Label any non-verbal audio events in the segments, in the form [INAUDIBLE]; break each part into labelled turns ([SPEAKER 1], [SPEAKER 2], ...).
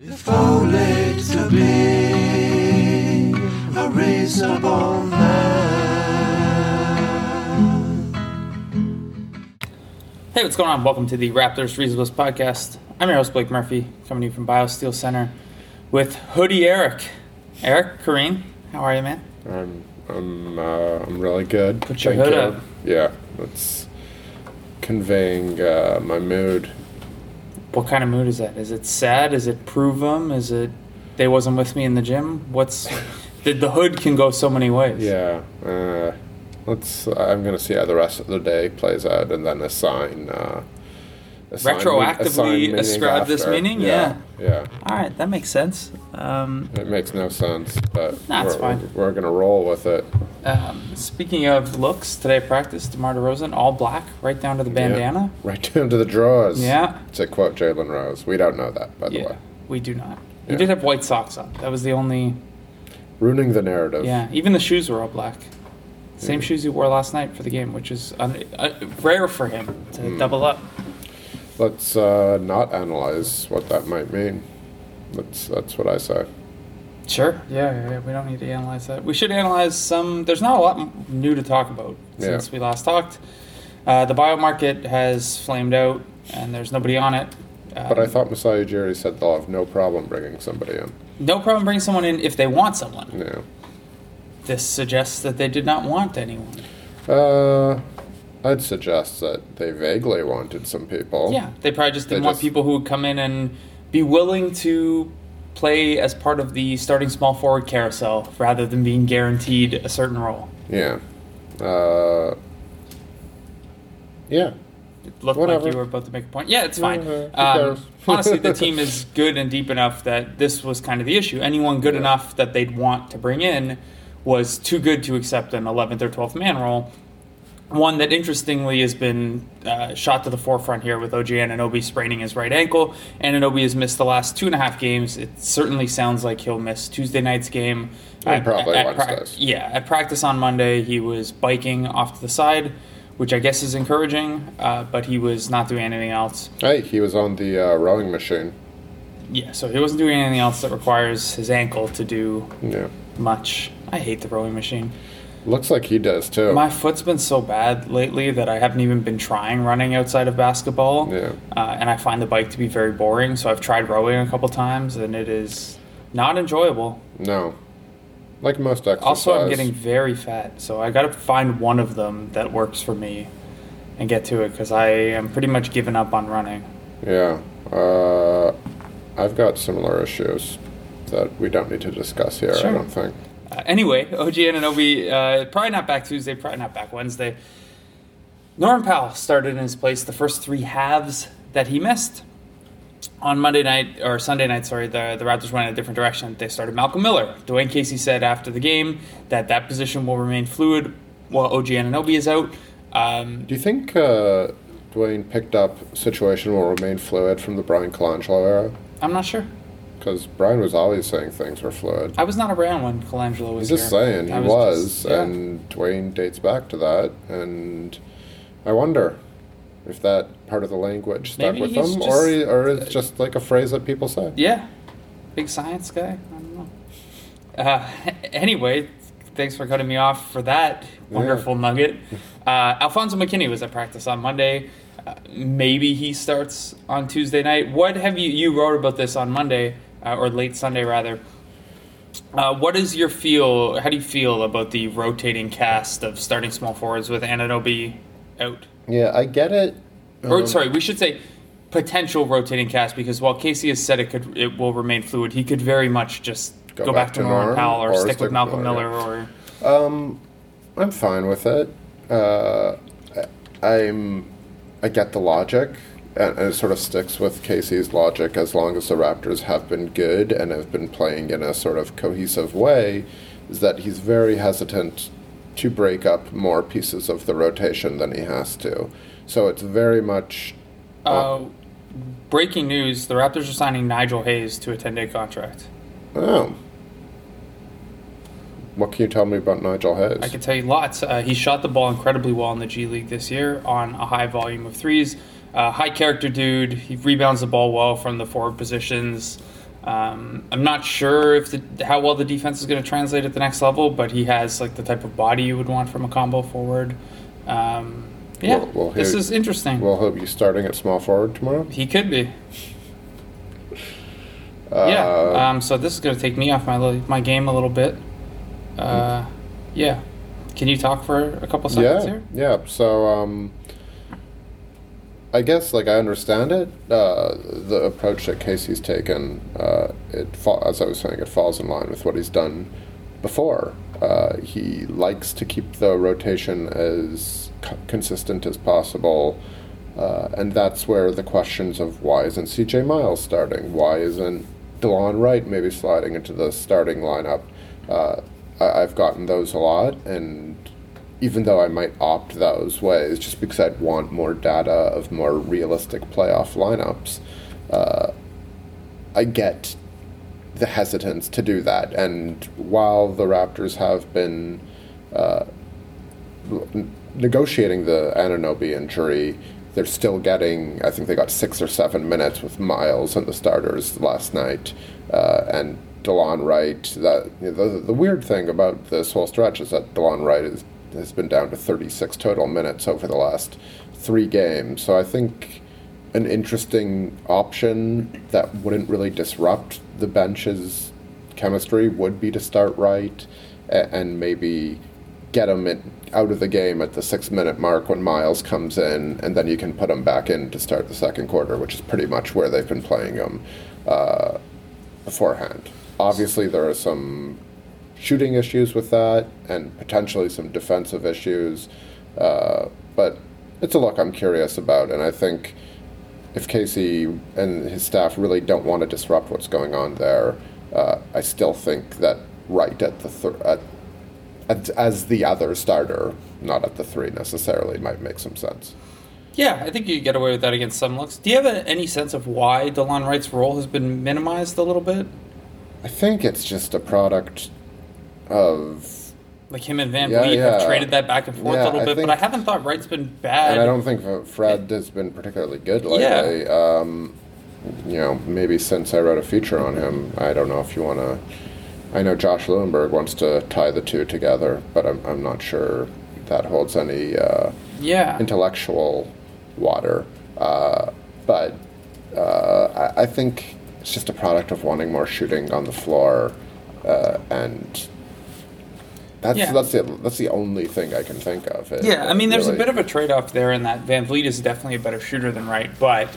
[SPEAKER 1] If only to be a reasonable
[SPEAKER 2] Hey, what's going on? Welcome to the Raptors Reasonableness Podcast. I'm your host, Blake Murphy, coming to you from BioSteel Center with Hoodie Eric. Eric, Kareem, how are you, man?
[SPEAKER 3] I'm I'm uh, I'm really good.
[SPEAKER 2] Put your hood up.
[SPEAKER 3] Yeah, that's conveying uh, my mood.
[SPEAKER 2] What kind of mood is that? Is it sad? Is it prove them? Is it they wasn't with me in the gym? What's the, the hood can go so many ways.
[SPEAKER 3] Yeah. Uh, let's. I'm gonna see how the rest of the day plays out, and then assign. Uh, assign
[SPEAKER 2] Retroactively
[SPEAKER 3] assign meaning
[SPEAKER 2] ascribe this
[SPEAKER 3] after.
[SPEAKER 2] meaning?
[SPEAKER 3] Yeah.
[SPEAKER 2] All right, that makes sense. Um,
[SPEAKER 3] It makes no sense, but
[SPEAKER 2] Nah, it's
[SPEAKER 3] we're,
[SPEAKER 2] fine.
[SPEAKER 3] we're gonna roll with it.
[SPEAKER 2] um, speaking of looks, today at practice, DeMar DeRozan, all black, right down to the bandana.
[SPEAKER 3] Yeah. Right [LAUGHS] down to the drawers.
[SPEAKER 2] Yeah.
[SPEAKER 3] To quote Jalen Rose, we don't know that, by the
[SPEAKER 2] Yeah,
[SPEAKER 3] way.
[SPEAKER 2] we do not. He
[SPEAKER 3] Yeah.
[SPEAKER 2] did have white socks on. That was the only
[SPEAKER 3] Ruining the narrative.
[SPEAKER 2] Yeah, even the shoes were all black. Same shoes he wore last night for the game, which is un- uh, rare for him to
[SPEAKER 3] Hmm.
[SPEAKER 2] double up.
[SPEAKER 3] Let's uh, not analyze what that might mean. That's that's what I say.
[SPEAKER 2] Sure. Yeah, yeah, yeah, we don't need to analyze that. We should analyze some. There's not a lot m- new to talk about
[SPEAKER 3] Yeah.
[SPEAKER 2] since we last talked. Uh, the bio market has flamed out, and there's nobody on it. Um,
[SPEAKER 3] But I thought Messiah Jerry said they'll have no problem bringing somebody in.
[SPEAKER 2] no problem bringing someone in if they want someone.
[SPEAKER 3] No.
[SPEAKER 2] This suggests that they did not want anyone.
[SPEAKER 3] Uh, I'd suggest that they vaguely wanted some people.
[SPEAKER 2] Yeah, they probably just
[SPEAKER 3] Oh. They
[SPEAKER 2] didn't want
[SPEAKER 3] just-
[SPEAKER 2] people who would come in and be willing to play as part of the starting small forward carousel rather than being guaranteed a certain role.
[SPEAKER 3] Yeah. Uh, yeah.
[SPEAKER 2] It looked
[SPEAKER 3] Whatever.
[SPEAKER 2] like you were about to make a point. Yeah, it's fine.
[SPEAKER 3] Whatever. Who
[SPEAKER 2] Um,
[SPEAKER 3] cares? [LAUGHS]
[SPEAKER 2] honestly, the team is good and deep enough that this was kind of the issue. Anyone good
[SPEAKER 3] Yeah.
[SPEAKER 2] enough that they'd want to bring in was too good to accept an 11th or 12th man role. One that interestingly has been uh, shot to the forefront here with OG Ananobi spraining his right ankle. Ananobi has missed the last two and a half games. It certainly sounds like he'll miss Tuesday night's game.
[SPEAKER 3] And probably
[SPEAKER 2] pra-
[SPEAKER 3] Wednesday's.
[SPEAKER 2] yeah, at practice on Monday, he was biking off to the side, which I guess is encouraging, uh, but he was not doing anything else.
[SPEAKER 3] Hey, he was on the uh, rowing machine.
[SPEAKER 2] Yeah, so he wasn't doing anything else that requires his ankle to do
[SPEAKER 3] Yeah.
[SPEAKER 2] much. I hate the rowing machine.
[SPEAKER 3] Looks like he does too.
[SPEAKER 2] My foot's been so bad lately that I haven't even been trying running outside of basketball.
[SPEAKER 3] Yeah.
[SPEAKER 2] Uh, and I find the bike to be very boring, so I've tried rowing a couple times, and it is not enjoyable.
[SPEAKER 3] no. Like most exercise.
[SPEAKER 2] Also, I'm getting very fat, so I gotta find one of them that works for me and get to it because I am pretty much giving up on running.
[SPEAKER 3] Yeah. Uh, I've got similar issues that we don't need to discuss here,
[SPEAKER 2] Sure.
[SPEAKER 3] I don't think.
[SPEAKER 2] Uh, anyway, OG Ananobi, uh, probably not back Tuesday, probably not back Wednesday. Norm Powell started in his place the first three halves that he missed. On Monday night, or Sunday night, sorry, the, the Raptors went in a different direction. They started Malcolm Miller. Dwayne Casey said after the game that that position will remain fluid while OG Ananobi is out. Um,
[SPEAKER 3] Do you think uh, Dwayne picked up situation will remain fluid from the Brian Colangelo era?
[SPEAKER 2] I'm not sure.
[SPEAKER 3] Because Brian was always saying things were fluid.
[SPEAKER 2] I was not around when Colangelo was
[SPEAKER 3] He's just
[SPEAKER 2] here.
[SPEAKER 3] saying he
[SPEAKER 2] I
[SPEAKER 3] was,
[SPEAKER 2] just- yeah.
[SPEAKER 3] and Dwayne dates back to that. And I wonder if that part of the language stuck
[SPEAKER 2] Maybe
[SPEAKER 3] with
[SPEAKER 2] he's
[SPEAKER 3] him,
[SPEAKER 2] just-
[SPEAKER 3] or he, or it's just like a phrase that people say.
[SPEAKER 2] Yeah. Big science guy. I don't know. Uh, [LAUGHS] anyway, thanks for cutting me off for that wonderful nugget. Uh, Alfonso McKinney was at practice on Monday. Uh, maybe he starts on Tuesday night. What have you you wrote about this on Monday uh, or late Sunday rather? Uh, what is your feel? How do you feel about the rotating cast of starting small forwards with Ananobi out?
[SPEAKER 3] Yeah, I get it.
[SPEAKER 2] or sorry, we should say potential rotating cast because while Casey has said it could it will remain fluid, he could very much just go, back, to Norman
[SPEAKER 3] Norm
[SPEAKER 2] Powell or,
[SPEAKER 3] or
[SPEAKER 2] stick
[SPEAKER 3] stick
[SPEAKER 2] with
[SPEAKER 3] with
[SPEAKER 2] Malcolm
[SPEAKER 3] Miller,
[SPEAKER 2] Miller or
[SPEAKER 3] Um, I'm fine with it. Uh, I- I'm. I get the logic, and and it sort of sticks with Casey's logic as long as the Raptors have been good and have been playing in a sort of cohesive way. Is that he's very hesitant to break up more pieces of the rotation than he has to. So it's very much.
[SPEAKER 2] uh, breaking news, the Raptors are signing Nigel Hayes to a ten day contract.
[SPEAKER 3] Oh. What can you tell me about Nigel Hayes?
[SPEAKER 2] I can tell you lots. Uh, he shot the ball incredibly well in the G League this year on a high volume of threes. Uh, high character dude. He rebounds the ball well from the forward positions. Um, I'm not sure if the, how well the defense is going to translate at the next level, but he has like the type of body you would want from a combo forward. Um, yeah,
[SPEAKER 3] Well- well,
[SPEAKER 2] this
[SPEAKER 3] who-
[SPEAKER 2] is interesting.
[SPEAKER 3] Will Hope you starting at small forward tomorrow?
[SPEAKER 2] he could be.
[SPEAKER 3] Uh,
[SPEAKER 2] yeah. Um, so this is going to take me off my li- my game a little bit. Uh, yeah. Can you talk for a couple seconds
[SPEAKER 3] yeah,
[SPEAKER 2] here?
[SPEAKER 3] yeah. So, um, I guess like I understand it. Uh, the approach that Casey's taken, uh, it fa- as I was saying, it falls in line with what he's done before. Uh, he likes to keep the rotation as co- consistent as possible. Uh, and that's where the questions of why isn't CJ Miles starting? Why isn't DeLon Wright maybe sliding into the starting lineup? Uh, I- I've gotten those a lot, and even though I might opt those ways just because I'd want more data of more realistic playoff lineups, uh, I get the hesitance to do that. And while the Raptors have been uh, n- negotiating the Ananobi injury, they're still getting, I think they got six or seven minutes with Miles and the starters last night. Uh, and DeLon Wright, that, you know, the, the weird thing about this whole stretch is that DeLon Wright is, has been down to 36 total minutes over the last three games. So I think an interesting option that wouldn't really disrupt the bench's chemistry would be to start right a- and maybe get him in, out of the game at the six minute mark when Miles comes in, and then you can put him back in to start the second quarter, which is pretty much where they've been playing him uh, beforehand. Obviously, there are some shooting issues with that and potentially some defensive issues, uh, but it's a look I'm curious about, and I think if Casey and his staff really don't want to disrupt what's going on there, uh, I still think that right at the th- at, at, as the other starter, not at the three necessarily, might make some sense.
[SPEAKER 2] Yeah, I think you could get away with that against some looks. Do you have a, any sense of why DeLon Wright's role has been minimized a little bit?
[SPEAKER 3] I think it's just a product of,
[SPEAKER 2] Like him and Van
[SPEAKER 3] Yeah,
[SPEAKER 2] Vliet have
[SPEAKER 3] yeah.
[SPEAKER 2] traded that back and forth a
[SPEAKER 3] Yeah,
[SPEAKER 2] little
[SPEAKER 3] I
[SPEAKER 2] bit,
[SPEAKER 3] think-
[SPEAKER 2] but I haven't thought Wright's been bad.
[SPEAKER 3] and I don't think that Fred has been particularly good
[SPEAKER 2] Yeah.
[SPEAKER 3] lately. Um, you know, maybe since I wrote a feature on him, I don't know if you want to. I know Josh Lewinberg wants to tie the two together, but I'm, I'm not sure that holds any. Uh,
[SPEAKER 2] yeah.
[SPEAKER 3] intellectual water. Uh, but uh, I, I think it's just a product of wanting more shooting on the floor, uh, and that's
[SPEAKER 2] Yeah.
[SPEAKER 3] that's the that's the only thing I can think of. It-
[SPEAKER 2] Yeah, I mean, there's a
[SPEAKER 3] really-
[SPEAKER 2] bit of a trade-off there in that Van Vliet is definitely a better shooter than Wright, but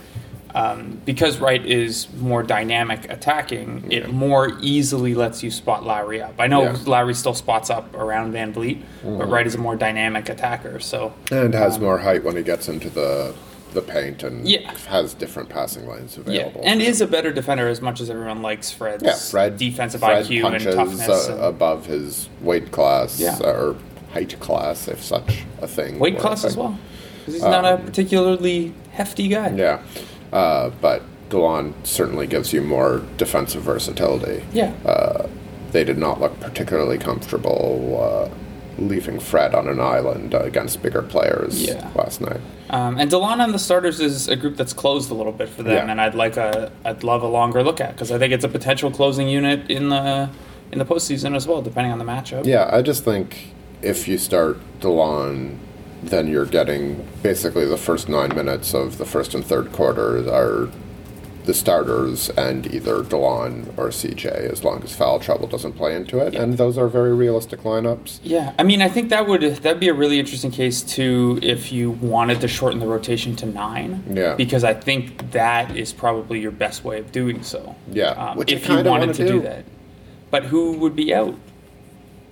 [SPEAKER 2] um, because Wright is more dynamic attacking, it more easily lets you spot Lowry up. I know
[SPEAKER 3] Yeah. Mm-hmm.
[SPEAKER 2] Lowry still spots up around Van Vliet, but Wright is a more dynamic attacker, so
[SPEAKER 3] and has more height when he gets into the the paint and
[SPEAKER 2] Um, Yeah.
[SPEAKER 3] has different passing lanes
[SPEAKER 2] yeah,
[SPEAKER 3] available.
[SPEAKER 2] and is a better defender as much as everyone likes Fred's
[SPEAKER 3] yeah, Fred
[SPEAKER 2] defensive
[SPEAKER 3] Fred
[SPEAKER 2] IQ and
[SPEAKER 3] punches
[SPEAKER 2] toughness.
[SPEAKER 3] uh,
[SPEAKER 2] and-
[SPEAKER 3] above his weight class
[SPEAKER 2] Yeah.
[SPEAKER 3] or height class, if such a thing.
[SPEAKER 2] weight
[SPEAKER 3] were a
[SPEAKER 2] class as
[SPEAKER 3] thing. Um,
[SPEAKER 2] well, 'cause he's not a particularly hefty guy.
[SPEAKER 3] Yeah, uh, but Delon certainly gives you more defensive versatility.
[SPEAKER 2] Yeah.
[SPEAKER 3] Uh, they did not look particularly comfortable uh, leaving Fred on an island against bigger players
[SPEAKER 2] Yeah.
[SPEAKER 3] last night.
[SPEAKER 2] Um, and Delon and the starters is a group that's closed a little bit for them,
[SPEAKER 3] Yeah.
[SPEAKER 2] and I'd like a, I'd love a longer look at because I think it's a potential closing unit in the in the postseason as well, depending on the matchup.
[SPEAKER 3] Yeah, I just think if you start DeLon, then you're getting basically the first nine minutes of the first and third quarter are the starters and either DeLon or CJ, as long as foul trouble doesn't play into it. And those are very realistic lineups.
[SPEAKER 2] Yeah, I mean, I think that would that'd be a really interesting case too if you wanted to shorten the rotation to nine.
[SPEAKER 3] Yeah.
[SPEAKER 2] because I think that is probably your best way of doing so.
[SPEAKER 3] Yeah,
[SPEAKER 2] um,
[SPEAKER 3] which I
[SPEAKER 2] if you
[SPEAKER 3] kinda
[SPEAKER 2] wanted
[SPEAKER 3] wanna
[SPEAKER 2] to do.
[SPEAKER 3] do.
[SPEAKER 2] that. But who would be out?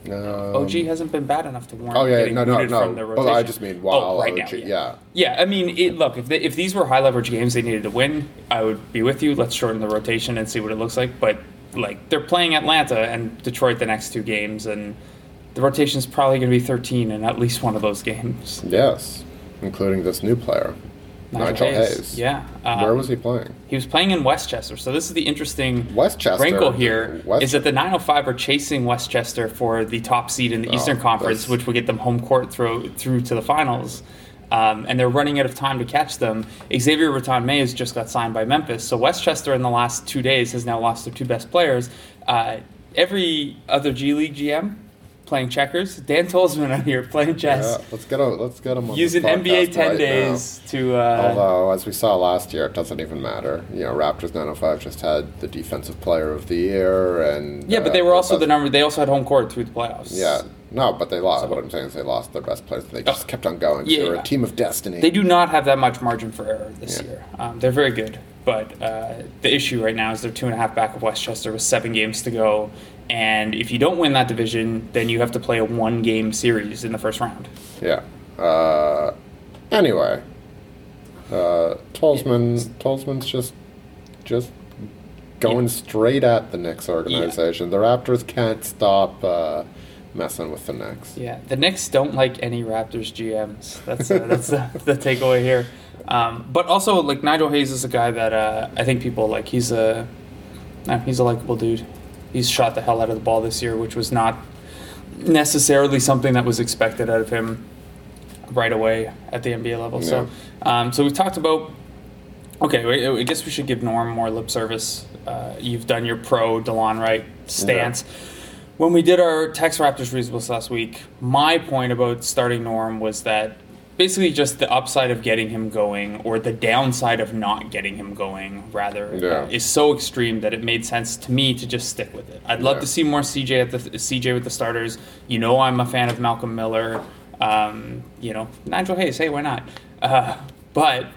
[SPEAKER 3] Um,
[SPEAKER 2] OG hasn't been bad enough to warrant.
[SPEAKER 3] Oh yeah,
[SPEAKER 2] getting
[SPEAKER 3] no, no,
[SPEAKER 2] booted
[SPEAKER 3] no.
[SPEAKER 2] From the
[SPEAKER 3] Well, I
[SPEAKER 2] rotation.
[SPEAKER 3] just mean while
[SPEAKER 2] Oh, right
[SPEAKER 3] OG,
[SPEAKER 2] now,
[SPEAKER 3] yeah.
[SPEAKER 2] Yeah, I mean, it, look, if, they, if these were high leverage games they needed to win, I would be with you. Let's shorten the rotation and see what it looks like. But, like, they're playing Atlanta and Detroit the next two games, and the rotation's probably going to be 13 in at least one of those games.
[SPEAKER 3] Yes, including this new player, Nigel, Hayes.
[SPEAKER 2] Yeah. Um,
[SPEAKER 3] Where was he playing?
[SPEAKER 2] He was playing in Westchester. So, this is the interesting
[SPEAKER 3] Westchester.
[SPEAKER 2] wrinkle here is
[SPEAKER 3] West-
[SPEAKER 2] that the 905 are chasing Westchester for the top seed in the
[SPEAKER 3] Oh,
[SPEAKER 2] Eastern Conference,
[SPEAKER 3] that's-
[SPEAKER 2] which would get them home court through, through to the finals. um, and they're running out of time to catch them. Xavier Raton Mays just got signed by Memphis, so Westchester in the last two days has now lost their two best players. Uh, every other G League GM playing checkers. Dan Tolsman out here playing chess.
[SPEAKER 3] Yeah, let's get him. Let's get him on
[SPEAKER 2] using
[SPEAKER 3] this
[SPEAKER 2] NBA
[SPEAKER 3] podcast
[SPEAKER 2] 10
[SPEAKER 3] right
[SPEAKER 2] days to.
[SPEAKER 3] now.
[SPEAKER 2] Uh,
[SPEAKER 3] Although, as we saw last year, it doesn't even matter. You know, Raptors 905 just had the Defensive Player of the Year, and
[SPEAKER 2] yeah,
[SPEAKER 3] uh,
[SPEAKER 2] but they were
[SPEAKER 3] their
[SPEAKER 2] also the
[SPEAKER 3] best-
[SPEAKER 2] number. They also had home court through the playoffs.
[SPEAKER 3] Yeah, no, but they lost. What I'm saying is they lost their best players. They just kept on going.
[SPEAKER 2] Oh. Yeah,
[SPEAKER 3] they were
[SPEAKER 2] yeah.
[SPEAKER 3] a team of destiny.
[SPEAKER 2] They do not have that much margin for error this
[SPEAKER 3] Yeah.
[SPEAKER 2] year. Um, they're very good, but uh, the issue right now is they're two and a half back of Westchester with seven games to go. And if you don't win that division, then you have to play a one game series in the first round.
[SPEAKER 3] Yeah. Uh, anyway, uh, Tolsman Tolsman's just just going straight at the Knicks organization. The Raptors can't stop uh, messing with the Knicks.
[SPEAKER 2] Yeah, the Knicks don't like any Raptors GMs. That's uh, that's the, [LAUGHS] the takeaway here. Um, but also, like Nigel Hayes is a guy that uh, I think people like. He's a no, he's a likable dude. He's shot the hell out of the ball this year, which was not necessarily something that was expected out of him right away at the NBA level. So, um, so we've talked about. Okay, we- I guess we should give Norm more lip service. Uh, you've done your pro Delon Wright stance. When we did our Tex Raptors Reasonable's last week, my point about starting Norm was that basically just the upside of getting him going or the downside of not getting him going, rather, uh,
[SPEAKER 3] Yeah.
[SPEAKER 2] is so extreme that it made sense to me to just stick with it. I'd love
[SPEAKER 3] Yeah.
[SPEAKER 2] to see more CJ at the CJ with the starters. You know, I'm a fan of Malcolm Miller. Um, you know, Nigel Hayes. Hey, why not? Uh, but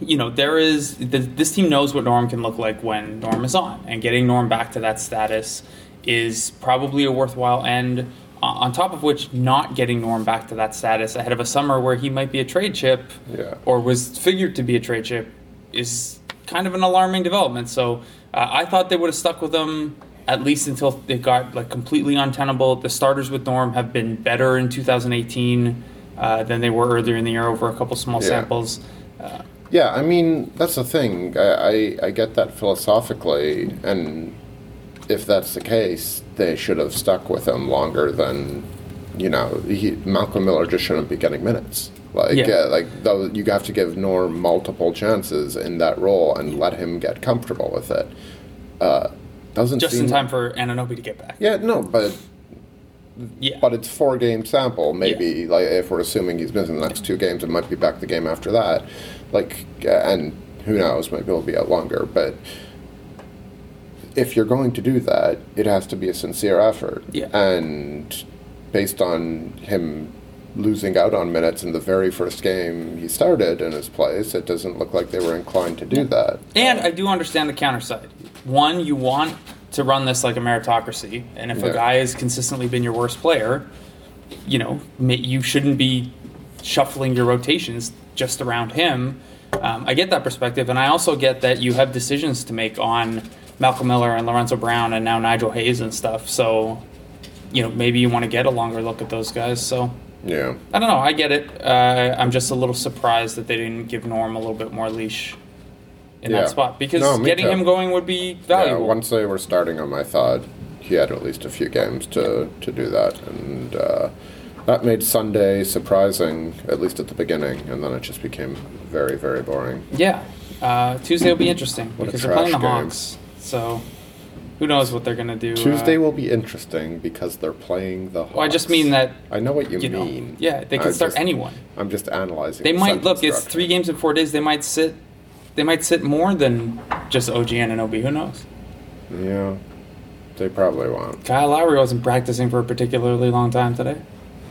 [SPEAKER 2] you know, there is th- this team knows what Norm can look like when Norm is on, and getting Norm back to that status is probably a worthwhile end. O- On top of which, not getting Norm back to that status ahead of a summer where he might be a trade chip,
[SPEAKER 3] Yeah.
[SPEAKER 2] or was figured to be a trade chip, is kind of an alarming development. So uh, I thought they would have stuck with him at least until they got like completely untenable. The starters with Norm have been better in 2018 uh, than they were earlier in the year over a couple small
[SPEAKER 3] Yeah.
[SPEAKER 2] samples. Uh,
[SPEAKER 3] Yeah, I mean that's the thing. I, I, I get that philosophically, and if that's the case, they should have stuck with him longer than you know. He, Malcolm Miller just shouldn't be getting minutes. Like
[SPEAKER 2] Yeah.
[SPEAKER 3] uh, like though you have to give Norm multiple chances in that role and let him get comfortable with it. Uh, doesn't
[SPEAKER 2] just
[SPEAKER 3] seem,
[SPEAKER 2] in time for Ananobi to get back.
[SPEAKER 3] Yeah, no, but
[SPEAKER 2] Yeah.
[SPEAKER 3] but it's four game sample. Maybe like if we're assuming he's missing the next two games, it might be back the game after that. Like, uh, and who knows? Maybe it'll be out longer. But if you're going to do that, it has to be a sincere effort.
[SPEAKER 2] Yeah.
[SPEAKER 3] And based on him losing out on minutes in the very first game he started in his place, it doesn't look like they were inclined to do that.
[SPEAKER 2] And I do understand the counter side. One, you want to run this like a meritocracy, and if a
[SPEAKER 3] Yeah.
[SPEAKER 2] guy has consistently been your worst player, you know ma- you shouldn't be shuffling your rotations just around him. Um, I get that perspective, and I also get that you have decisions to make on Malcolm Miller and Lorenzo Brown and now Nigel Hayes and stuff. So, you know, maybe you want to get a longer look at those guys. So,
[SPEAKER 3] Yeah.
[SPEAKER 2] I don't know. I get it. Uh, I'm just a little surprised that they didn't give Norm a little bit more leash in
[SPEAKER 3] Yeah.
[SPEAKER 2] that spot because
[SPEAKER 3] No, me
[SPEAKER 2] getting
[SPEAKER 3] too.
[SPEAKER 2] him going would be
[SPEAKER 3] Yeah,
[SPEAKER 2] valuable.
[SPEAKER 3] once they were starting him, I thought he had at least a few games to, to do that. And uh, that made Sunday surprising, at least at the beginning. And then it just became very, very boring.
[SPEAKER 2] Yeah. Uh, Tuesday will be interesting
[SPEAKER 3] a
[SPEAKER 2] because they're playing the
[SPEAKER 3] trash game.
[SPEAKER 2] Hawks. So who knows what they're going to do. uh,
[SPEAKER 3] Tuesday will be interesting because they're playing the Hawks.
[SPEAKER 2] Well, I just mean that,
[SPEAKER 3] I know what you,
[SPEAKER 2] you know.
[SPEAKER 3] mean.
[SPEAKER 2] Yeah, they can
[SPEAKER 3] I'm
[SPEAKER 2] start
[SPEAKER 3] just-
[SPEAKER 2] anyone.
[SPEAKER 3] I'm just analyzing.
[SPEAKER 2] They
[SPEAKER 3] the
[SPEAKER 2] might look.
[SPEAKER 3] sentence
[SPEAKER 2] It's
[SPEAKER 3] structure.
[SPEAKER 2] three games in four days. They might sit. They might sit more than just OG and Obi. Who knows?
[SPEAKER 3] Yeah, they probably won't.
[SPEAKER 2] Kyle Lowry wasn't practicing for a particularly long time today.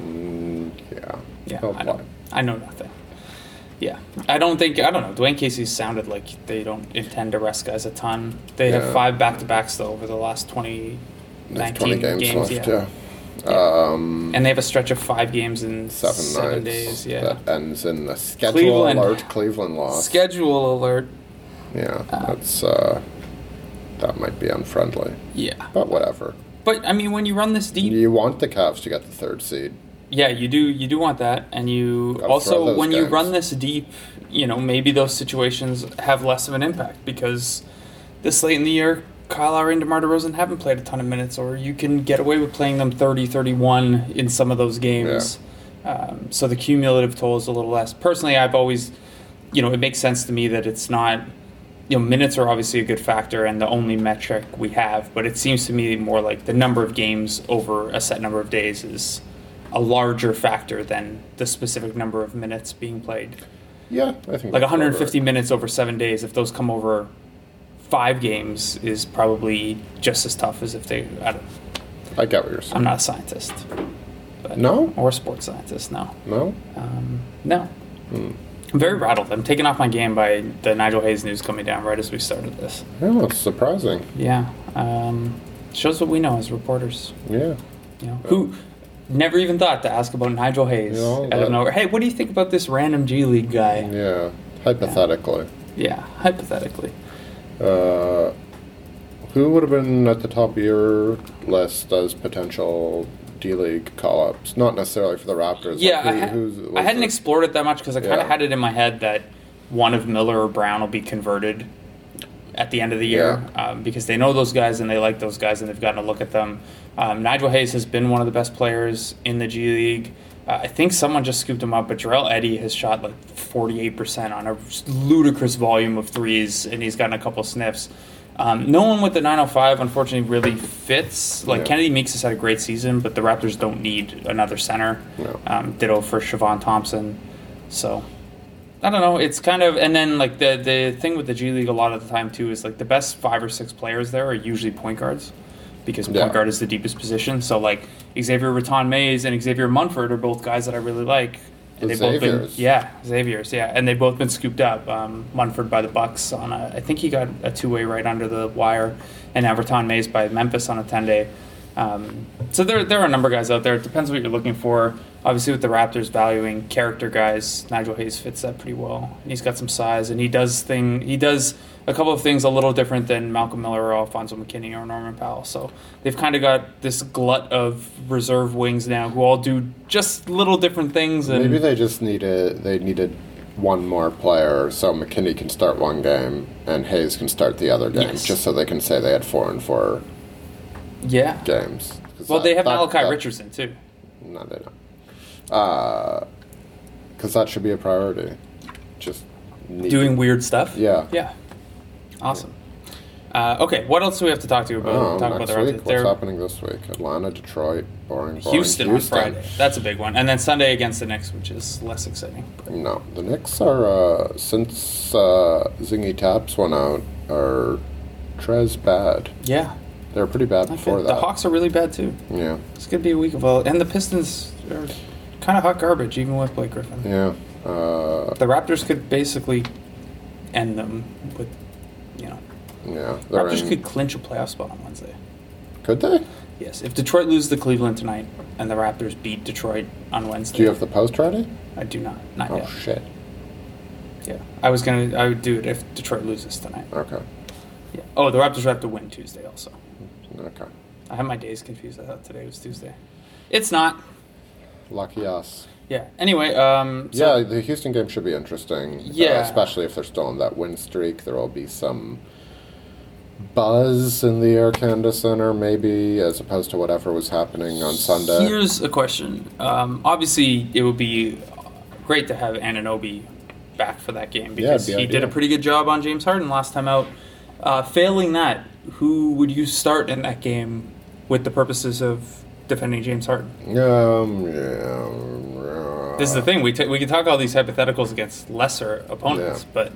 [SPEAKER 3] Mm, yeah.
[SPEAKER 2] Yeah,
[SPEAKER 3] They'll
[SPEAKER 2] I,
[SPEAKER 3] play.
[SPEAKER 2] don't, I know nothing. Yeah, I don't think I don't know. Dwayne Casey sounded like they don't intend to rest guys a ton. They have
[SPEAKER 3] Yeah.
[SPEAKER 2] five back to backs though over the last 20,
[SPEAKER 3] There's
[SPEAKER 2] 19
[SPEAKER 3] 20 games, left, yeah.
[SPEAKER 2] Yeah.
[SPEAKER 3] Um,
[SPEAKER 2] and they have a stretch of five games in
[SPEAKER 3] seven,
[SPEAKER 2] seven,
[SPEAKER 3] nights
[SPEAKER 2] days. Yeah,
[SPEAKER 3] that ends in the schedule
[SPEAKER 2] Cleveland.
[SPEAKER 3] alert Cleveland loss.
[SPEAKER 2] schedule alert.
[SPEAKER 3] yeah, that's uh, that might be unfriendly,
[SPEAKER 2] Yeah,
[SPEAKER 3] but whatever.
[SPEAKER 2] but I mean, when you run this deep,
[SPEAKER 3] You want the Cavs to get the third seed.
[SPEAKER 2] yeah, you do you do want that, and you
[SPEAKER 3] Gotta throw
[SPEAKER 2] also
[SPEAKER 3] those
[SPEAKER 2] when you
[SPEAKER 3] games.
[SPEAKER 2] run this deep, you know maybe those situations have less of an impact because this late in the year, Kyle Lowry and DeMar DeRozan haven't played a ton of minutes, or you can get away with playing them 30, 31 in some of those games. Um, so the cumulative toll is a little less. Personally, I've always, you know, it makes sense to me that it's not, you know, minutes are obviously a good factor and the only metric we have, but it seems to me more like the number of games over a set number of days is a larger factor than the specific number of minutes being played.
[SPEAKER 3] Yeah, I think
[SPEAKER 2] Like
[SPEAKER 3] that's
[SPEAKER 2] 150
[SPEAKER 3] about
[SPEAKER 2] minutes over seven days, if those come over five games, is probably just as tough as if they. I don't,
[SPEAKER 3] right. I get what you're saying.
[SPEAKER 2] I'm not a scientist. But,
[SPEAKER 3] No?
[SPEAKER 2] Or a sports scientist, no.
[SPEAKER 3] No,
[SPEAKER 2] Um, no. I'm very rattled. I'm taken off my game by the Nigel Hayes news coming down right as we started this.
[SPEAKER 3] no, it's surprising.
[SPEAKER 2] Yeah. Um, shows what we know as reporters.
[SPEAKER 3] Yeah,
[SPEAKER 2] You know, who never even thought to ask about Nigel Hayes.
[SPEAKER 3] You know,
[SPEAKER 2] I
[SPEAKER 3] that-
[SPEAKER 2] don't know. Hey, what do you think about this random G League guy?
[SPEAKER 3] yeah. Hypothetically,
[SPEAKER 2] Yeah, hypothetically.
[SPEAKER 3] uh, who would have been at the top of your list as potential D League call ups? Not necessarily for the Raptors. like
[SPEAKER 2] Yeah, I,
[SPEAKER 3] who-
[SPEAKER 2] ha-
[SPEAKER 3] who's-
[SPEAKER 2] I
[SPEAKER 3] was
[SPEAKER 2] hadn't
[SPEAKER 3] it-
[SPEAKER 2] explored it that much because I kind
[SPEAKER 3] Yeah.
[SPEAKER 2] of had it in my head that one of Miller or Brown will be converted at the end of the year um, because they know those guys and they like those guys and they've gotten a look at them. Um, Nigel Hayes has been one of the best players in the G League. Uh, I think someone just scooped him up, but Jarrell Eddy has shot like 48% on a ludicrous volume of threes, and he's gotten a couple sniffs. Um, no one with the 905, unfortunately, really fits. Like
[SPEAKER 3] Yeah.
[SPEAKER 2] Kennedy Meeks has had a great season, but the Raptors don't need another center.
[SPEAKER 3] No.
[SPEAKER 2] Um, ditto for Siobhan Thompson. So I don't know. It's kind of and then like the the thing with the G League a lot of the time too is like the best five or six players there are usually point guards because point
[SPEAKER 3] Yeah.
[SPEAKER 2] guard is the deepest position. So like Xavier Raton Mays and Xavier Munford are both guys that I really like. And
[SPEAKER 3] The
[SPEAKER 2] they've both been
[SPEAKER 3] Xaviers.
[SPEAKER 2] yeah Xavier's yeah and they've both been scooped up. Um, Munford by the Bucks on a I think he got a two way right under the wire, and now Raton Mays by Memphis on a ten day. Um, so there, there are a number of guys out there. It depends what you're looking for. Obviously, with the Raptors valuing character guys, Nigel Hayes fits that pretty well, and he's got some size, and he does thing. He does a couple of things a little different than Malcolm Miller or Alfonso McKinney or Norman Powell. So they've kind of got this glut of reserve wings now, who all do just little different things. And
[SPEAKER 3] Maybe they just needed they needed one more player, so McKinney can start one game and Hayes can start the other game,
[SPEAKER 2] Yes.
[SPEAKER 3] just so they can say they had four and four
[SPEAKER 2] yeah.
[SPEAKER 3] games. 'Cause
[SPEAKER 2] Well,
[SPEAKER 3] that-
[SPEAKER 2] they have
[SPEAKER 3] that-
[SPEAKER 2] Malachi
[SPEAKER 3] that-
[SPEAKER 2] Richardson too.
[SPEAKER 3] No, they don't. Because that should be a priority. Just need-
[SPEAKER 2] doing weird stuff.
[SPEAKER 3] Yeah.
[SPEAKER 2] Yeah. Awesome. Uh, okay, what else do we have to talk to you about?
[SPEAKER 3] Oh,
[SPEAKER 2] talk
[SPEAKER 3] next
[SPEAKER 2] about
[SPEAKER 3] week.
[SPEAKER 2] Raptors.
[SPEAKER 3] What's
[SPEAKER 2] They're
[SPEAKER 3] happening this week? Atlanta, Detroit, boring, boring.
[SPEAKER 2] Houston, on Friday. That's a big one, and then Sunday against the Knicks, which is less exciting.
[SPEAKER 3] No, the Knicks are uh, since uh, Zingy Taps went out are Trez bad.
[SPEAKER 2] Yeah,
[SPEAKER 3] They were pretty bad
[SPEAKER 2] I
[SPEAKER 3] before
[SPEAKER 2] feel,
[SPEAKER 3] that.
[SPEAKER 2] the Hawks are really bad too.
[SPEAKER 3] Yeah,
[SPEAKER 2] It's gonna be a week of all, and the Pistons are kind of hot garbage, even with Blake Griffin.
[SPEAKER 3] yeah. Uh,
[SPEAKER 2] The Raptors could basically end them with, you know,
[SPEAKER 3] yeah. They're
[SPEAKER 2] Raptors
[SPEAKER 3] in-
[SPEAKER 2] could clinch a playoff spot on Wednesday.
[SPEAKER 3] Could they?
[SPEAKER 2] Yes, if Detroit loses to Cleveland tonight and the Raptors beat Detroit on Wednesday,
[SPEAKER 3] Do you have the post ready?
[SPEAKER 2] I do not, not
[SPEAKER 3] Oh
[SPEAKER 2] yet.
[SPEAKER 3] shit.
[SPEAKER 2] Yeah, I was gonna. I would do it if Detroit loses tonight.
[SPEAKER 3] Okay.
[SPEAKER 2] Yeah. Oh, the Raptors have to win Tuesday also.
[SPEAKER 3] Okay.
[SPEAKER 2] I had my days confused. I thought today was Tuesday. It's not.
[SPEAKER 3] Lucky us.
[SPEAKER 2] Yeah. Anyway, um. so-
[SPEAKER 3] yeah, the Houston game should be interesting. uh,
[SPEAKER 2] Yeah.
[SPEAKER 3] especially if they're still on that win streak. There will be some buzz in the Air Canada Center, maybe, as opposed to whatever was happening on Sunday.
[SPEAKER 2] Here's a question. Um, obviously, it would be great to have Ananobi back for that game
[SPEAKER 3] Yeah,
[SPEAKER 2] because
[SPEAKER 3] it'd be
[SPEAKER 2] he did a
[SPEAKER 3] ideal.
[SPEAKER 2] pretty good job on James Harden last time out. Uh, failing that, who would you start in that game with the purposes of defending James Harden?
[SPEAKER 3] Um, yeah,
[SPEAKER 2] This is the thing. We, t- we can talk all these hypotheticals against lesser opponents,
[SPEAKER 3] Yeah.
[SPEAKER 2] but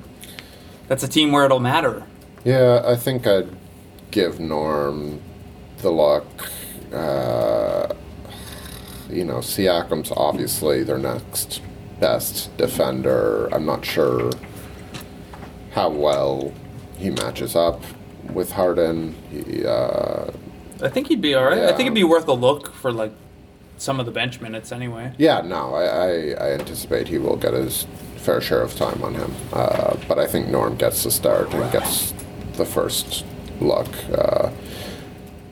[SPEAKER 2] that's a team where it'll matter.
[SPEAKER 3] Yeah, I think I'd give Norm the look. Uh, you know, Siakam's obviously their next best defender. I'm not sure how well he matches up with Harden. He, uh,
[SPEAKER 2] I think he'd be all right. I think
[SPEAKER 3] Yeah.
[SPEAKER 2] it'd be worth a look for like some of the bench minutes anyway.
[SPEAKER 3] yeah, no, I, I, I anticipate he will get his fair share of time on him. Uh, but I think Norm gets the start and gets the first look.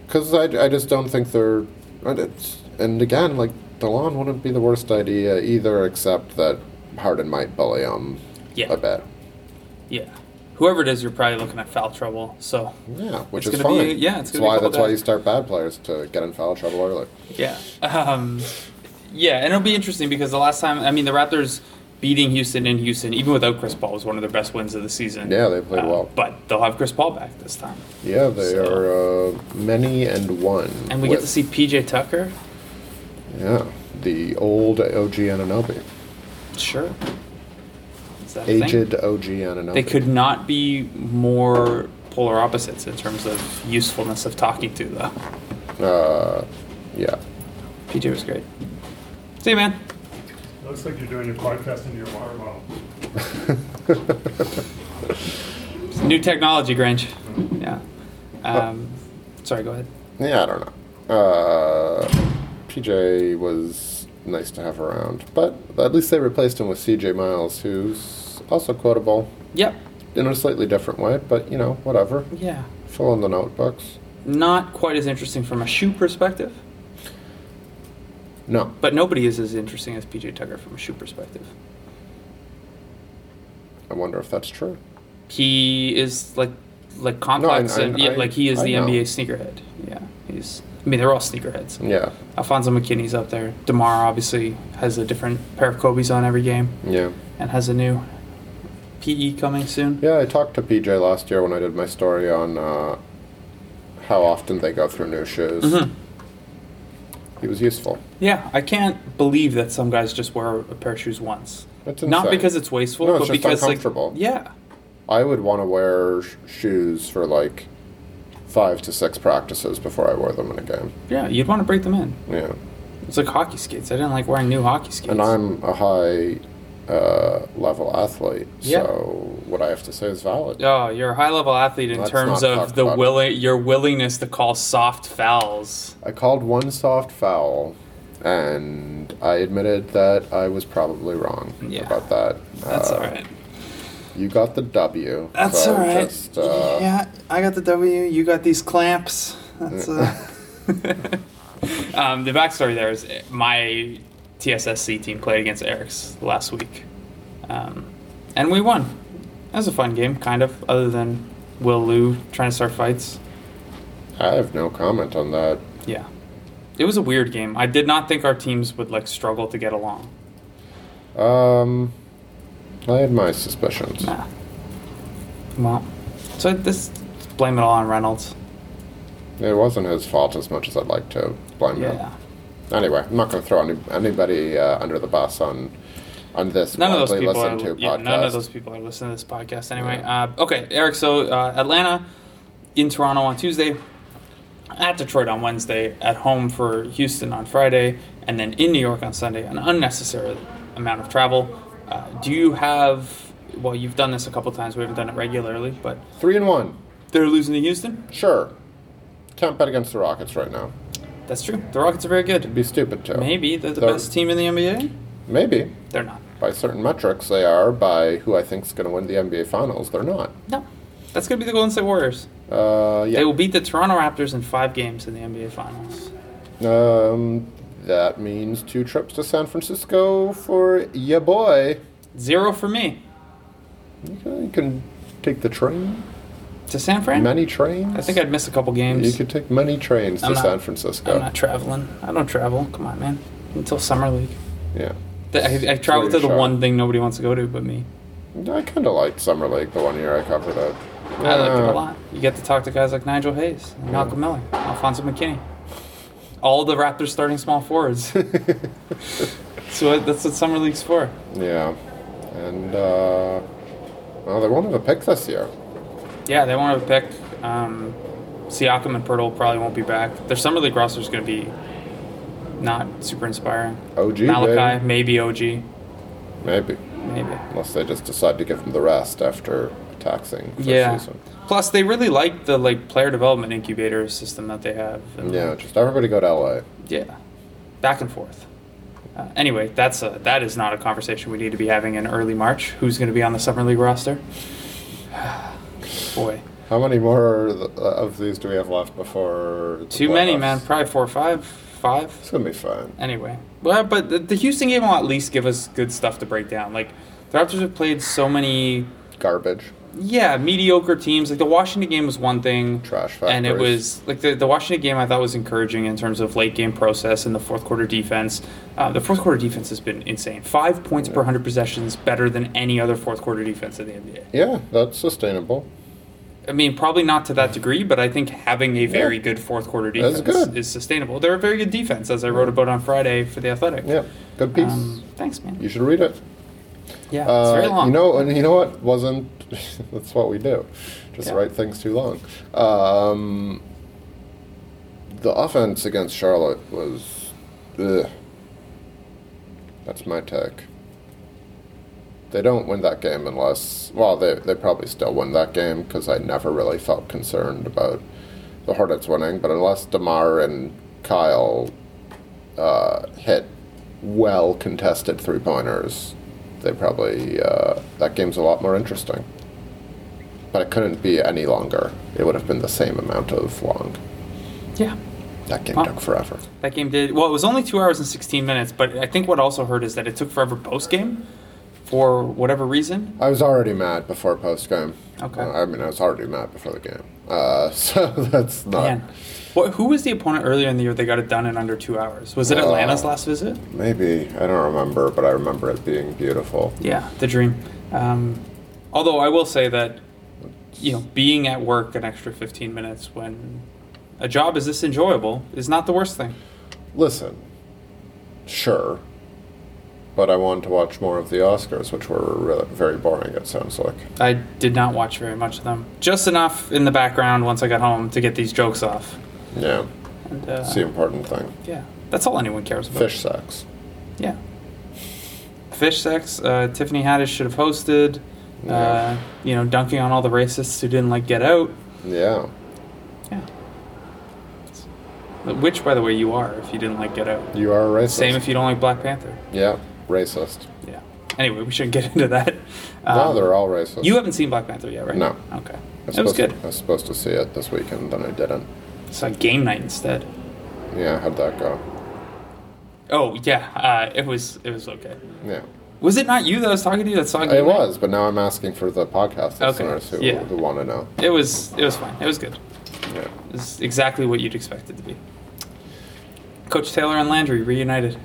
[SPEAKER 3] Because I, I just don't think they're. And, it's, and again, like, DeLon wouldn't be the worst idea either, except that Harden might bully him
[SPEAKER 2] Yeah.
[SPEAKER 3] a bit.
[SPEAKER 2] Yeah. Whoever it is, you're probably looking at foul trouble. So
[SPEAKER 3] Yeah, which
[SPEAKER 2] It's
[SPEAKER 3] is
[SPEAKER 2] gonna
[SPEAKER 3] fine.
[SPEAKER 2] be- yeah, it's
[SPEAKER 3] That's
[SPEAKER 2] gonna be a
[SPEAKER 3] why
[SPEAKER 2] couple
[SPEAKER 3] that's why
[SPEAKER 2] guys.
[SPEAKER 3] you start bad players to get in foul trouble early.
[SPEAKER 2] yeah. Um, Yeah, and it'll be interesting because the last time, I mean, the Raptors beating Houston in Houston, even without Chris Paul, was one of their best wins of the season. Uh,
[SPEAKER 3] Yeah, they played well.
[SPEAKER 2] But they'll have Chris Paul back this time.
[SPEAKER 3] Yeah, they
[SPEAKER 2] So-
[SPEAKER 3] are uh, many and one.
[SPEAKER 2] And we get to
[SPEAKER 3] with-
[SPEAKER 2] see PJ Tucker.
[SPEAKER 3] Yeah, the old OG Ananobi.
[SPEAKER 2] Sure. Is that a thing?
[SPEAKER 3] Aged OG Ananobi.
[SPEAKER 2] They could not be more polar opposites in terms of usefulness of talking to, though.
[SPEAKER 3] Uh, yeah. [LAUGHS]
[SPEAKER 2] PJ was great. See you, man.
[SPEAKER 4] Looks like you're doing your podcast in your water bottle.
[SPEAKER 2] It's new technology, Grinch. Yeah. Um, sorry, go ahead.
[SPEAKER 3] Yeah, I don't know. Uh, PJ was nice to have around, but at least they replaced him with CJ Miles, who's also quotable
[SPEAKER 2] Yep.
[SPEAKER 3] in a slightly different way, but you know, whatever.
[SPEAKER 2] Yeah.
[SPEAKER 3] Fill in the notebooks.
[SPEAKER 2] Not quite as interesting from a shoe perspective,
[SPEAKER 3] No.
[SPEAKER 2] but nobody is as interesting as PJ Tucker from a shoe perspective.
[SPEAKER 3] I wonder if that's true.
[SPEAKER 2] He is like like complex
[SPEAKER 3] I-
[SPEAKER 2] and
[SPEAKER 3] I-
[SPEAKER 2] yeah, like he is
[SPEAKER 3] I
[SPEAKER 2] the
[SPEAKER 3] know.
[SPEAKER 2] NBA sneakerhead. Yeah. He's I mean they're all sneakerheads.
[SPEAKER 3] Yeah.
[SPEAKER 2] Alfonso McKinney's up there. DeMar obviously has a different pair of Kobe's on every game
[SPEAKER 3] Yeah.
[SPEAKER 2] and has a new PE coming soon.
[SPEAKER 3] Yeah, I talked to PJ last year when I did my story on uh, how often they go through new shoes.
[SPEAKER 2] Mhm.
[SPEAKER 3] He was useful.
[SPEAKER 2] Yeah, I can't believe that some guys just wear a pair of shoes once.
[SPEAKER 3] That's
[SPEAKER 2] Not
[SPEAKER 3] insane.
[SPEAKER 2] because it's wasteful,
[SPEAKER 3] No, it's
[SPEAKER 2] but
[SPEAKER 3] just
[SPEAKER 2] because
[SPEAKER 3] uncomfortable.
[SPEAKER 2] like yeah,
[SPEAKER 3] I would want to wear sh- shoes for like five to six practices before I wore them in a game.
[SPEAKER 2] yeah, you'd want to break them in.
[SPEAKER 3] Yeah,
[SPEAKER 2] It's like hockey skates. I didn't like wearing new hockey skates.
[SPEAKER 3] and I'm a high uh, level athlete,
[SPEAKER 2] Yeah.
[SPEAKER 3] so what I have to say is valid.
[SPEAKER 2] Oh, you're a high level athlete in
[SPEAKER 3] Let's
[SPEAKER 2] terms
[SPEAKER 3] not
[SPEAKER 2] of
[SPEAKER 3] talk
[SPEAKER 2] the
[SPEAKER 3] about it.
[SPEAKER 2] willing your willingness to call soft fouls.
[SPEAKER 3] I called one soft foul, and I admitted that I was probably wrong
[SPEAKER 2] Yeah.
[SPEAKER 3] about that.
[SPEAKER 2] That's
[SPEAKER 3] Uh,
[SPEAKER 2] all right.
[SPEAKER 3] You got the W.
[SPEAKER 2] That's
[SPEAKER 3] so
[SPEAKER 2] all right.
[SPEAKER 3] Just, uh,
[SPEAKER 2] yeah, I got the W. You got these clamps. That's uh... [LAUGHS] um, the backstory. There is my TSSC team played against Eric's last week, um, and we won. That was a fun game, kind of. Other than Will Lou trying to start fights.
[SPEAKER 3] I have no comment on that.
[SPEAKER 2] Yeah, it was a weird game. I did not think our teams would like struggle to get along.
[SPEAKER 3] Um, I had my suspicions.
[SPEAKER 2] Nah. Well, so this blame it all on Reynolds.
[SPEAKER 3] It wasn't his fault as much as I'd like to blame him.
[SPEAKER 2] Yeah.
[SPEAKER 3] Anyway, I'm not going to throw any, anybody uh, under the bus on on this.
[SPEAKER 2] None of those
[SPEAKER 3] widely
[SPEAKER 2] people are,
[SPEAKER 3] listened to
[SPEAKER 2] yeah, none of
[SPEAKER 3] podcast.
[SPEAKER 2] those people are listening to this podcast anyway. Uh, okay, Eric. So uh, Atlanta in Toronto on Tuesday, at Detroit on Wednesday, at home for Houston on Friday, and then in New York on Sunday. An unnecessary amount of travel. Uh, do you have? Well, you've done this a couple times. We haven't done it regularly, but
[SPEAKER 3] Three and one.
[SPEAKER 2] they're losing to Houston.
[SPEAKER 3] Sure. Can't bet against the Rockets right now.
[SPEAKER 2] That's true. The Rockets are very good.
[SPEAKER 3] It'd be stupid to.
[SPEAKER 2] Maybe they're the
[SPEAKER 3] They're-
[SPEAKER 2] best team in the NBA.
[SPEAKER 3] Maybe.
[SPEAKER 2] They're not.
[SPEAKER 3] By certain metrics, they are. By who I think is going to win the NBA Finals, they're not.
[SPEAKER 2] No. That's going to be the Golden State Warriors.
[SPEAKER 3] Uh, yeah.
[SPEAKER 2] They will beat the Toronto Raptors in five games in the NBA Finals.
[SPEAKER 3] Um, that means two trips to San Francisco for ya boy.
[SPEAKER 2] Zero for me.
[SPEAKER 3] You can, you can take the train.
[SPEAKER 2] To San Fran?
[SPEAKER 3] Many trains.
[SPEAKER 2] I think I'd miss a couple
[SPEAKER 3] You
[SPEAKER 2] games.
[SPEAKER 3] could take many trains
[SPEAKER 2] I'm
[SPEAKER 3] to
[SPEAKER 2] not-
[SPEAKER 3] San Francisco.
[SPEAKER 2] I'm not traveling. I don't travel. Come on, man. Until Summer League.
[SPEAKER 3] Yeah.
[SPEAKER 2] Th- I, I travel to the
[SPEAKER 3] Sure.
[SPEAKER 2] one thing nobody wants to go to but me.
[SPEAKER 3] I kind of liked Summer League the one year I covered it.
[SPEAKER 2] I liked it a
[SPEAKER 3] Yeah.
[SPEAKER 2] lot. You get to talk to guys like Nigel Hayes, Malcolm Miller, Alfonso McKinney. All the Raptors starting small
[SPEAKER 3] [LAUGHS]
[SPEAKER 2] forwards. so that's what Summer League's for.
[SPEAKER 3] Yeah. And, uh, well, they wanted a pick this year.
[SPEAKER 2] Yeah, they won't have a pick. Um, Siakam and Pirtle probably won't be back. Their summer league roster is going to be not super inspiring.
[SPEAKER 3] OG,
[SPEAKER 2] Malachi, maybe OG,
[SPEAKER 3] baby. Maybe.
[SPEAKER 2] maybe.
[SPEAKER 3] Unless they just decide to give him the rest after taxing for
[SPEAKER 2] Yeah.
[SPEAKER 3] season.
[SPEAKER 2] Plus, they really like the like player development incubator system that they have. And,
[SPEAKER 3] Yeah, just everybody go to LA.
[SPEAKER 2] Yeah. Back and forth. Uh, anyway, that's a, that is not a conversation we need to be having in early March. Who's going to be on the summer league roster? [SIGHS] Boy,
[SPEAKER 3] How many more th- of these do we have left before? the
[SPEAKER 2] too many,
[SPEAKER 3] playoffs?
[SPEAKER 2] man. Probably four or five, five.
[SPEAKER 3] It's gonna be fun.
[SPEAKER 2] Anyway, well, but the, the Houston game will at least give us good stuff to break down. Like the Raptors have played so many
[SPEAKER 3] Garbage.
[SPEAKER 2] yeah, mediocre teams. Like the Washington game was one thing,
[SPEAKER 3] Trash
[SPEAKER 2] and it
[SPEAKER 3] factors.
[SPEAKER 2] was like the, the Washington game. I thought was encouraging in terms of late game process and the fourth quarter defense. Uh, the fourth quarter defense has been insane. Five points per hundred possessions, better than any other fourth quarter defense in the NBA.
[SPEAKER 3] Yeah, that's sustainable.
[SPEAKER 2] I mean, probably not to that degree, but I think having a very good fourth quarter
[SPEAKER 3] That's
[SPEAKER 2] defense
[SPEAKER 3] good.
[SPEAKER 2] is sustainable. They're a very good defense, as I wrote about on Friday for the Athletic.
[SPEAKER 3] Yeah, good piece.
[SPEAKER 2] Um, thanks, man.
[SPEAKER 3] you should read it.
[SPEAKER 2] Yeah, it's
[SPEAKER 3] Uh,
[SPEAKER 2] very long.
[SPEAKER 3] You know, and you know what wasn't. [LAUGHS] that's what we do. Just
[SPEAKER 2] Yeah.
[SPEAKER 3] write things too long. Um, the offense against Charlotte was. Ugh. That's my take. They don't win that game unless. Well, they, they probably still win that game because I never really felt concerned about the Hornets winning. But unless DeMar and Kyle uh, hit well contested three pointers, they probably. Uh, that game's a lot more interesting. But it couldn't be any longer. It would have been the same amount of long.
[SPEAKER 2] yeah.
[SPEAKER 3] That game
[SPEAKER 2] Wow.
[SPEAKER 3] took forever.
[SPEAKER 2] That game did well. It was only two hours and sixteen minutes, but I think what also hurt is that it took forever post game, for whatever reason.
[SPEAKER 3] I was already mad before post game.
[SPEAKER 2] Okay.
[SPEAKER 3] I mean, I was already mad before the game. Uh, [LAUGHS] so that's not.
[SPEAKER 2] Man, what, who was the opponent earlier in the year that got it done in under two hours? Was it
[SPEAKER 3] Uh,
[SPEAKER 2] Atlanta's last visit?
[SPEAKER 3] Maybe I don't remember, but I remember it being beautiful.
[SPEAKER 2] Yeah, the dream. Um, although I will say that, you know, being at work an extra fifteen minutes when a job is this enjoyable is not the worst thing.
[SPEAKER 3] Listen, sure, but I wanted to watch more of the Oscars, which were re- very boring. It sounds like.
[SPEAKER 2] I did not watch very much of them. Just enough in the background once I got home to get these jokes off.
[SPEAKER 3] Yeah,
[SPEAKER 2] And, uh,
[SPEAKER 3] it's the important thing.
[SPEAKER 2] yeah, that's all anyone cares about.
[SPEAKER 3] Fish sex.
[SPEAKER 2] Yeah. Fish sex. Uh, Tiffany Haddish should have hosted.
[SPEAKER 3] Yeah.
[SPEAKER 2] Uh, you know, dunking on all the racists who didn't like Get Out.
[SPEAKER 3] Yeah,
[SPEAKER 2] Yeah. Which, by the way, you are if you didn't like Get Out.
[SPEAKER 3] you are a racist.
[SPEAKER 2] Same if you don't like Black Panther.
[SPEAKER 3] Yeah, racist.
[SPEAKER 2] Yeah. Anyway, we shouldn't get [LAUGHS] into that.
[SPEAKER 3] no,
[SPEAKER 2] Um,
[SPEAKER 3] they're all racist.
[SPEAKER 2] You haven't seen Black Panther yet, right?
[SPEAKER 3] No.
[SPEAKER 2] Okay.
[SPEAKER 3] I
[SPEAKER 2] It was
[SPEAKER 3] supposed
[SPEAKER 2] good.
[SPEAKER 3] To, I was supposed to see it this weekend, then I didn't.
[SPEAKER 2] It's like game night instead.
[SPEAKER 3] Yeah, how'd that go?
[SPEAKER 2] Oh yeah, uh, it was it was okay.
[SPEAKER 3] Yeah.
[SPEAKER 2] Was it not you that I was talking to that saw?
[SPEAKER 3] It
[SPEAKER 2] Game Night?
[SPEAKER 3] was, but now I'm asking for the podcast
[SPEAKER 2] Okay,
[SPEAKER 3] listeners who,
[SPEAKER 2] yeah.
[SPEAKER 3] who want to know.
[SPEAKER 2] It was it was fine. It was good.
[SPEAKER 3] Yeah.
[SPEAKER 2] It was exactly what you'd expect it to be. Coach Taylor and Landry reunited.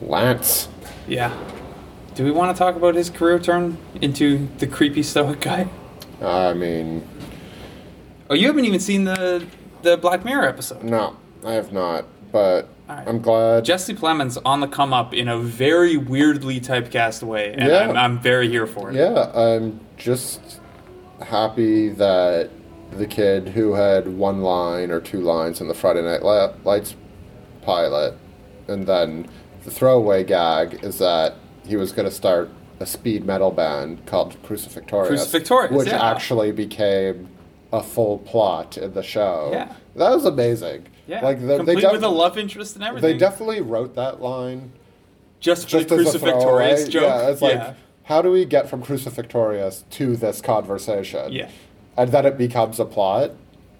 [SPEAKER 3] Lance.
[SPEAKER 2] Yeah. Do we want to talk about his career turn into the creepy stoic guy?
[SPEAKER 3] I mean,
[SPEAKER 2] Oh, you haven't even seen the the Black Mirror episode.
[SPEAKER 3] no, I have not, but
[SPEAKER 2] Alright.
[SPEAKER 3] I'm glad.
[SPEAKER 2] Jesse Plemons on the come up in a very weirdly typecast way, and
[SPEAKER 3] Yeah.
[SPEAKER 2] I'm, I'm very here for it.
[SPEAKER 3] yeah, I'm just happy that the kid who had one line or two lines in the Friday Night Li- Lights pilot, and then the throwaway gag is that he was going to start a speed metal band called Crucifictorious.
[SPEAKER 2] Crucifictorious,
[SPEAKER 3] Which
[SPEAKER 2] yeah.
[SPEAKER 3] actually became a full plot in the show.
[SPEAKER 2] Yeah.
[SPEAKER 3] That was amazing.
[SPEAKER 2] Yeah.
[SPEAKER 3] Like, they,
[SPEAKER 2] Complete
[SPEAKER 3] they def-
[SPEAKER 2] with a love interest and everything.
[SPEAKER 3] They definitely wrote that line
[SPEAKER 2] just for
[SPEAKER 3] just
[SPEAKER 2] the
[SPEAKER 3] as a throwaway.
[SPEAKER 2] crucifictorious joke.
[SPEAKER 3] Yeah, it's like,
[SPEAKER 2] yeah.
[SPEAKER 3] how do we get from crucifictorious to this conversation?
[SPEAKER 2] Yeah.
[SPEAKER 3] and then it becomes a plot.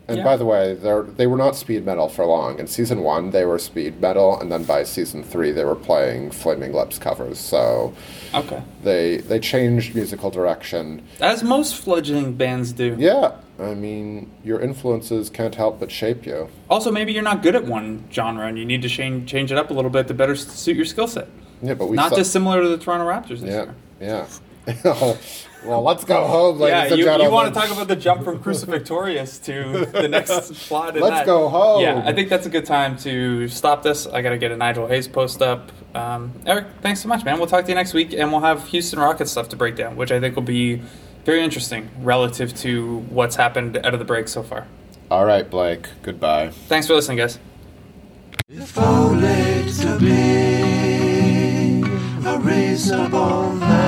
[SPEAKER 3] And
[SPEAKER 2] Yeah.
[SPEAKER 3] by the way, they are they were not speed metal for long. In season one, they were speed metal, and then by season three, they were playing Flaming Lips covers. So
[SPEAKER 2] Okay.
[SPEAKER 3] they they changed musical direction.
[SPEAKER 2] As most fledgling bands do.
[SPEAKER 3] Yeah, I mean, your influences can't help but shape you.
[SPEAKER 2] Also, maybe you're not good at one genre and you need to change change it up a little bit to better s- suit your skill set.
[SPEAKER 3] Yeah, but we
[SPEAKER 2] Not
[SPEAKER 3] saw-
[SPEAKER 2] dissimilar to the Toronto Raptors this
[SPEAKER 3] Yeah,
[SPEAKER 2] year.
[SPEAKER 3] yeah. [LAUGHS] well, let's go home, ladies
[SPEAKER 2] Yeah,
[SPEAKER 3] and
[SPEAKER 2] you,
[SPEAKER 3] gentlemen.
[SPEAKER 2] you want to talk about the jump
[SPEAKER 3] [LAUGHS]
[SPEAKER 2] from Crucifictorious to the next plot? in
[SPEAKER 3] Let's
[SPEAKER 2] that.
[SPEAKER 3] go home.
[SPEAKER 2] Yeah, I think that's a good time to stop this. I got to get a Nigel Hayes post up. Um, Eric, thanks so much, man. We'll talk to you next week, and we'll have Houston Rockets stuff to break down, which I think will be very interesting relative to what's happened out of the break so far.
[SPEAKER 3] All right, Blake. Goodbye.
[SPEAKER 2] Thanks for listening, guys.
[SPEAKER 1] If only to be a razor bone man.